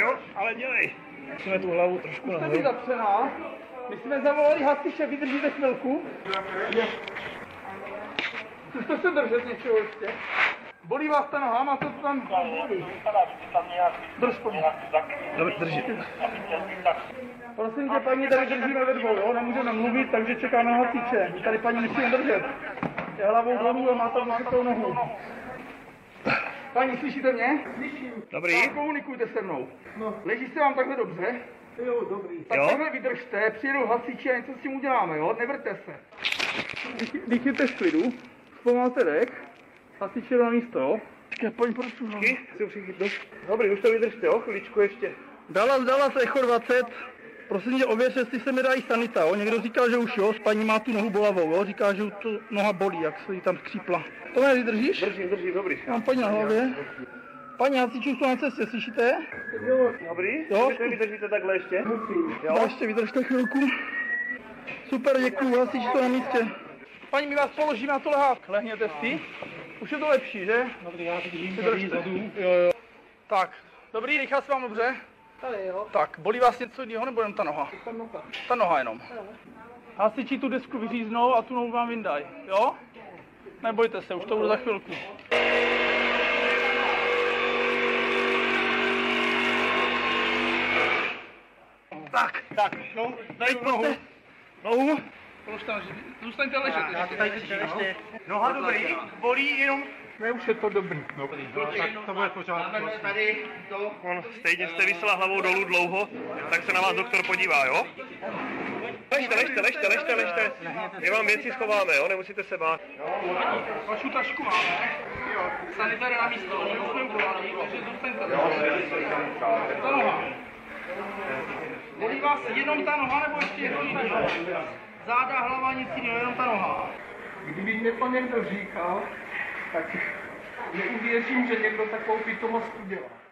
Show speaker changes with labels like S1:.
S1: Jo, ale dělej. Musíme tu hlavu trošku
S2: To je
S1: nahoru.
S2: zapřená. My jsme zavolali hasiče, vydržíte chvilku? Je. To se držet něčeho ještě. Bolí vás ta noha, má to tam bolí. Drž to.
S1: Dobře, drží.
S2: Prosím tě, paní, tady držíme ve dvou, jo? Nemůžeme mluvit, takže čeká na hasiče. Tady paní musíme držet. Je hlavou dolů a má tam vysokou nohu. Paní, slyšíte mě? Slyším.
S1: Dobrý.
S2: Tak komunikujte se mnou. No. Leží se vám takhle dobře? Jo, dobrý. Tak
S1: Jo.
S2: takhle vydržte, přijedou hasiči a něco s tím uděláme, jo? Nevrte se. Dýchněte v klidu, zpomalte dech, hasiče na místo, jo? Tak já paní prosím. no.
S1: Dobrý, už to vydržte, jo, chviličku ještě.
S2: Dala, vzdala se Echo 20. Prosím tě, ověř, jestli se mi dají sanita. Jo? Někdo říkal, že už jo, s paní má tu nohu bolavou, jo? říká, že to noha bolí, jak se jí tam skřípla. To mě vydržíš?
S1: Držím, držím, dobrý.
S2: Já mám paní na hlavě. Paní hasiči už jsou na cestě, slyšíte?
S1: Dobrý?
S2: Jo.
S1: Vy to vydržíte takhle ještě?
S2: Jo? Ještě vydržte chvilku. Super, děkuju, hasiči to na místě. Paní, my vás položíme na to lehák. Lehněte si. Už je to lepší, že?
S3: Dobrý, já vidím tady
S2: Vydržte.
S3: zadu.
S2: Tak, dobrý, rychle se vám dobře?
S3: Tady jo,
S2: Tak, bolí vás něco jiného nebo jenom ta noha?
S3: tam noha.
S2: Ta noha jenom. Hasiči tu desku vyříznou a tu nohu vám vyndaj, jo? Nebojte se, už to bude za chvilku. Tak, tak, no, dej nohu. Nohu. Polož tam, že- zůstaňte ležet. ještě.
S1: Noha dobrý, bolí jenom...
S2: Ne, už je to dobrý.
S1: On, stejně jste vysela hlavou dolů dlouho, tak se na vás doktor podívá, jo? Ležte, ležte, ležte, ležte, ležte. My vám věci schováme, jo, nemusíte se bát.
S2: Vašu tašku máme. Jo. Sanitary na místo, že už jsme uvolali, takže zůstaňte. Ta noha. Bolí vás jenom ta noha, nebo ještě něco jiného? Záda, hlava, nic jiného, jenom ta noha.
S4: Kdyby mě to někdo říkal, tak neuvěřím, že někdo takovou pitomost udělá.